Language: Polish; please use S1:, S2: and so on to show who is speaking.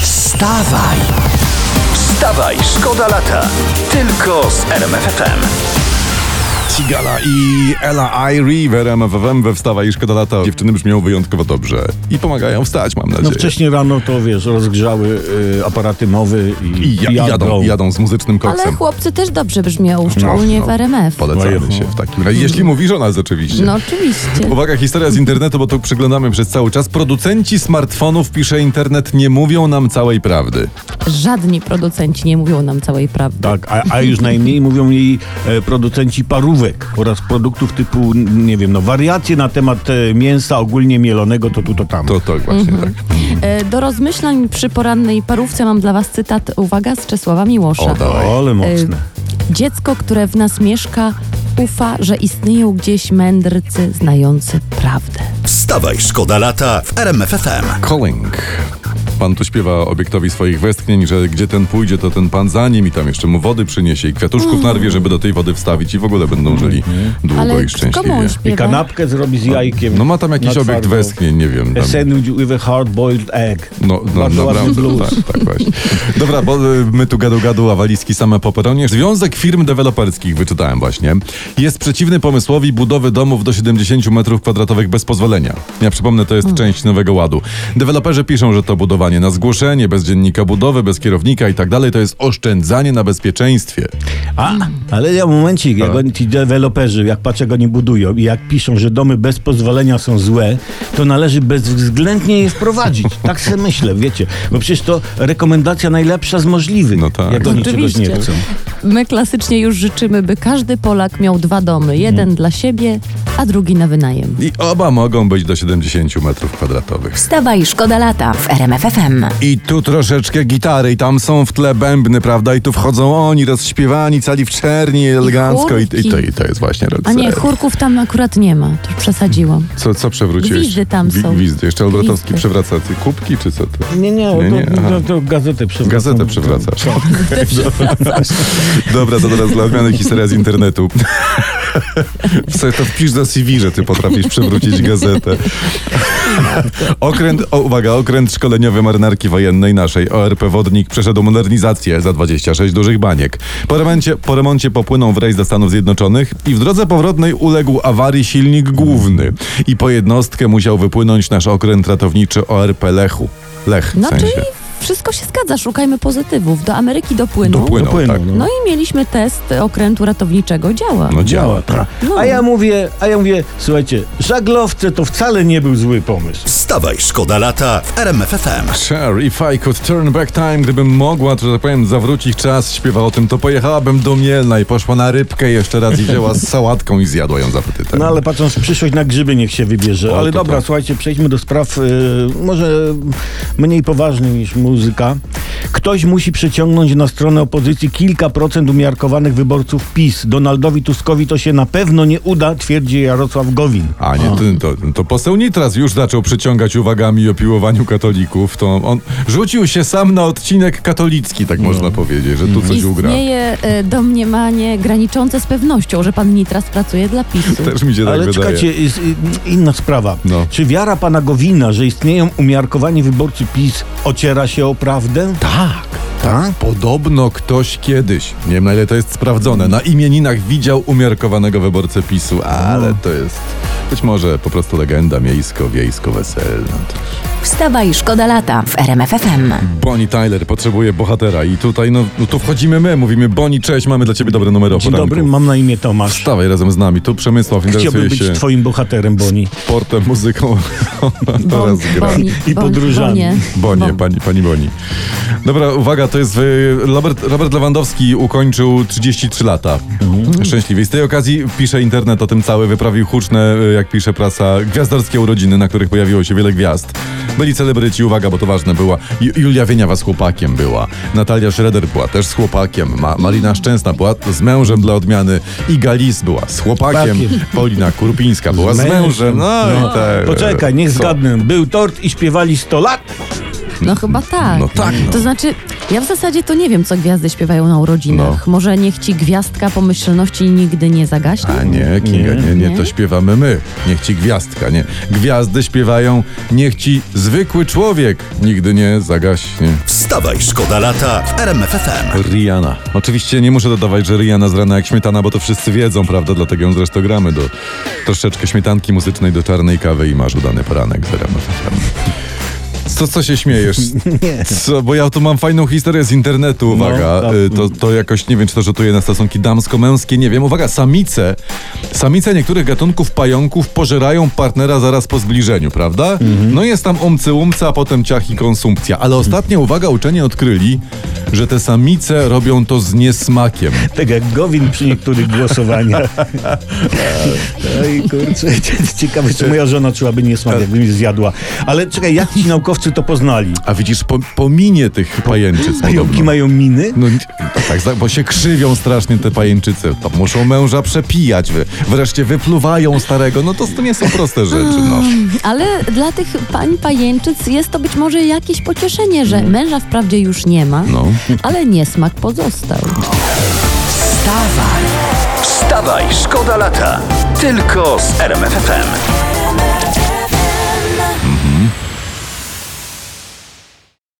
S1: Wstawaj! Wstawaj, szkoda lata. Tylko z RMFFM.
S2: Cigala i Ella Irie w RMFFM we Wstawa i Szkoda Lata. Dziewczyny brzmią wyjątkowo dobrze i pomagają wstać, mam nadzieję.
S3: No wcześniej rano to wiesz, rozgrzały y, aparaty mowy i,
S2: I ja, jadą, jadą, z muzycznym
S4: Ale
S2: koksem.
S4: chłopcy też dobrze brzmią, szczególnie w RMF.
S2: Polecamy
S3: No,
S2: się w takim razie. Jeśli mówisz o nas oczywiście.
S4: No oczywiście.
S2: Uwaga, historia z internetu, bo to przeglądamy przez cały czas. Producenci smartfonów, pisze internet, nie mówią nam całej prawdy.
S4: Żadni producenci nie mówią nam całej prawdy.
S3: Tak, a, a już najmniej mówią jej e, producenci parówek oraz produktów typu, n- nie wiem, no wariacje na temat e, mięsa ogólnie mielonego to tu, to tam.
S2: To tak właśnie tak.
S4: E, Do rozmyślań przy porannej parówce mam dla was cytat, uwaga, z Czesława Miłosza.
S2: O, dawaj.
S3: O, ale mocne.
S4: Dziecko, które w nas mieszka, ufa, że istnieją gdzieś mędrcy znający prawdę.
S1: Wstawaj, szkoda lata w RMFFM.
S2: Calling. Pan tu śpiewa obiektowi swoich westchnień, że gdzie ten pójdzie, to ten pan za nim i tam jeszcze mu wody przyniesie i kwiatuszków narwie, żeby do tej wody wstawić i w ogóle będą żyli długo
S4: Ale
S2: i
S4: komu
S2: szczęśliwie.
S4: on
S3: I
S4: śpiewa?
S3: kanapkę zrobi z jajkiem.
S2: No ma tam jakiś
S3: na
S2: obiekt
S3: twardo.
S2: westchnień, nie wiem.
S3: A
S2: Tam.
S3: sandwich with a hard-boiled egg.
S2: No, no
S3: Bardzo ładny
S2: naprawdę,
S3: blues.
S2: tak, tak właśnie. Dobra, bo y, my tu gadu gadu, a walizki same po peronie. Związek firm deweloperskich, wyczytałem właśnie, jest przeciwny pomysłowi budowy domów do 70 metrów kwadratowych bez pozwolenia. Ja przypomnę, to
S3: Mm.
S2: jest część Nowego Ładu. Deweloperzy piszą, że to budowanie na zgłoszenie, bez dziennika budowy, bez kierownika i tak dalej, to jest oszczędzanie na bezpieczeństwie.
S3: A, ale ja momencik, jak oni, ci deweloperzy, jak patrzę, jak oni budują i jak piszą, że domy bez pozwolenia są złe, to należy bezwzględnie je wprowadzić. Tak sobie myślę, wiecie. Bo przecież to rekomendacja najlepsza z możliwych,
S2: No tak.
S3: jak oni czegoś nie chcą.
S4: Oczywiście. My klasycznie już życzymy, by każdy Polak miał dwa domy. Jeden
S2: Mhm.
S4: dla siebie, a drugi na wynajem.
S2: I oba mogą być do 70 metrów kwadratowych.
S5: Wstawa i szkoda lata w RMFFM.
S2: I tu troszeczkę gitary, i tam są w tle bębny, prawda? I tu wchodzą oni rozśpiewani, cali w czerni, elegancko. I, i, to, I to jest właśnie
S4: A
S2: rockset.
S4: nie, chórków tam akurat nie ma, to już przesadziłam.
S2: Co, co przewróciłeś?
S4: Gwizdy tam
S2: Gwi-
S4: są.
S2: Gwizdy. Jeszcze Olbratowski
S4: Gwizdy.
S2: przewraca ty kubki, czy co ty?
S3: Nie, nie,
S2: Nie,
S3: to,
S2: nie, aha.
S3: to, to gazetę przywracam.
S2: Gazetę przywracasz. Dobra, to teraz dla odmiany historia z internetu. Sobie to wpisz do CV, że ty potrafisz przewrócić gazetę. Okręt, o, uwaga, okręt szkoleniowy marynarki wojennej naszej ORP Wodnik przeszedł modernizację za 26 dużych baniek. Po remoncie, po remoncie popłynął w rejs do Stanów Zjednoczonych i w drodze powrotnej uległ awarii silnik główny. I po jednostkę musiał wypłynąć nasz okręt ratowniczy ORP Lechu. Lech w
S4: No
S2: sensie.
S4: czyli wszystko się zgadza, szukajmy pozytywów. Do Ameryki dopłynął.
S2: Dopłynął,
S3: Dopłynął,
S2: tak.
S3: no.
S4: No i mieliśmy test okrętu ratowniczego. Działa.
S2: No
S3: Działa,
S2: działa,
S3: tak.
S2: tak.
S4: No.
S3: A ja mówię, a ja mówię, słuchajcie, żaglowce to wcale nie był zły pomysł.
S1: Wstawaj, szkoda lata w RMFFM.
S2: Cher, if I could turn back time, gdybym mogła, to tak powiem, zawrócić czas, śpiewa o tym, to pojechałabym do Mielna i poszła na rybkę jeszcze raz i wzięła z sałatką i zjadła ją tak. z apetytem.
S3: No ale patrząc w przyszłość na grzyby niech się wybierze.
S2: O,
S3: ale
S2: to
S3: dobra,
S2: tak.
S3: słuchajcie, przejdźmy do spraw y, może mniej poważnych niż muzyka. Ktoś musi przyciągnąć na stronę opozycji kilka procent umiarkowanych wyborców PiS. Donaldowi Tuskowi to się na pewno nie uda, twierdzi Jarosław Gowin.
S2: A nie, ty, to, to poseł Nitras już zaczął przyciągać uwagami o piłowaniu katolików, to on rzucił się sam na odcinek katolicki, tak można powiedzieć, że tu coś ugra.
S4: Istnieje e, domniemanie graniczące z pewnością, że pan Nitras pracuje dla PiSu.
S2: Też mi się tak
S3: Ale
S2: wydaje.
S3: czekajcie, jest, y, inna sprawa.
S2: No.
S3: Czy wiara pana Gowina, że istnieją umiarkowani wyborcy PiS, ociera się o prawdę?
S2: Tak, tak. Podobno ktoś kiedyś, nie wiem na ile to jest sprawdzone, na imieninach widział umiarkowanego wyborcę PiSu, ale
S3: No.
S2: to jest być może po prostu legenda miejsko-wiejsko-weselna.
S5: Wstawa i szkoda lata w RMFFM.
S2: Bonnie Tyler potrzebuje bohatera i tutaj, no, no tu wchodzimy my, mówimy Bonnie, cześć, mamy dla ciebie dobre numery o
S3: Dzień
S2: poranku.
S3: dobry, mam na imię Tomasz.
S2: Stawaj razem z nami, tu Przemysław
S3: Chciałbym
S2: interesuje
S3: być
S2: się
S3: twoim bohaterem, Boni.
S2: sportem, muzyką
S4: Bon-
S2: oraz gra.
S4: boni-
S3: I
S4: bon-
S3: podróżami.
S4: bonie.
S3: No.
S2: Bonie,
S4: Bon-
S2: pani, pani Boni. Dobra, uwaga, to jest. y, Robert, Robert Lewandowski ukończył 33 lata.
S3: Mhm.
S2: Szczęśliwie. I z tej okazji pisze internet o tym cały, wyprawił huczne, y, jak pisze prasa, gwiazdorskie urodziny, na których pojawiło się wiele gwiazd. Byli celebryci, uwaga, bo to ważne była. Ju- Julia Wieniawa z chłopakiem była. Natalia Schroeder była też z chłopakiem. Ma Marina Szczęsna była z mężem dla odmiany. Iga Lis była z chłopakiem.
S3: Chłopakiem.
S2: Polina Kurpińska była z
S3: mężem.
S2: mężem. No, i tak.
S3: Poczekaj, niech
S2: Co?
S3: zgadnę. Był tort i śpiewali 100 lat?
S4: No chyba tak.
S2: No tak, no.
S4: To znaczy, Ja w zasadzie to nie wiem, co gwiazdy śpiewają na
S2: No.
S4: urodzinach. Może niech ci gwiazdka pomyślności nigdy nie zagaśnie?
S2: A nie, Kinga, nie, nie, to śpiewamy my. Niech ci gwiazdka, nie. Gwiazdy śpiewają, niech ci zwykły człowiek nigdy nie zagaśnie.
S1: Wstawaj, szkoda lata w RMF FM.
S2: Rihanna. Oczywiście nie muszę dodawać, że Rihanna z rana jak śmietana, bo to wszyscy wiedzą, prawda? Dlatego ją zresztą gramy do troszeczkę śmietanki muzycznej, do czarnej kawy i masz udany poranek z RMF FM. Co, co się śmiejesz?
S3: Nie.
S2: Co, bo ja tu mam fajną historię z internetu, uwaga.
S3: tak.
S2: Y, to, to jakoś, nie wiem, czy to rzutuje na stosunki damsko-męskie, nie wiem. Uwaga, samice. Samice niektórych gatunków pająków pożerają partnera zaraz po zbliżeniu, prawda? No jest tam omcy umca, a potem ciach i konsumpcja. Ale ostatnio, uwaga, uczeni odkryli, że te samice robią to z niesmakiem.
S3: Tak jak Gowin przy niektórych głosowaniach. No i kurczę, ciekawe, czy moja żona czułaby niesmak, jakby mi zjadła. Ale czekaj, jak ci naukowcy to poznali?
S2: A widzisz, po, pominie tych pajęczyc
S3: Pająki
S2: podobno.
S3: mają miny?
S2: No nie- tak, za- bo się krzywią strasznie te pajęczyce. To muszą męża przepijać, wy- wreszcie wypluwają starego. No to, to nie są proste rzeczy, no.
S4: Ale dla tych pań pajęczyc jest to być może jakieś pocieszenie, że męża wprawdzie już nie ma,
S2: No.
S4: ale niesmak pozostał.
S1: Wstawaj, szkoda lata. Tylko z RMF FM.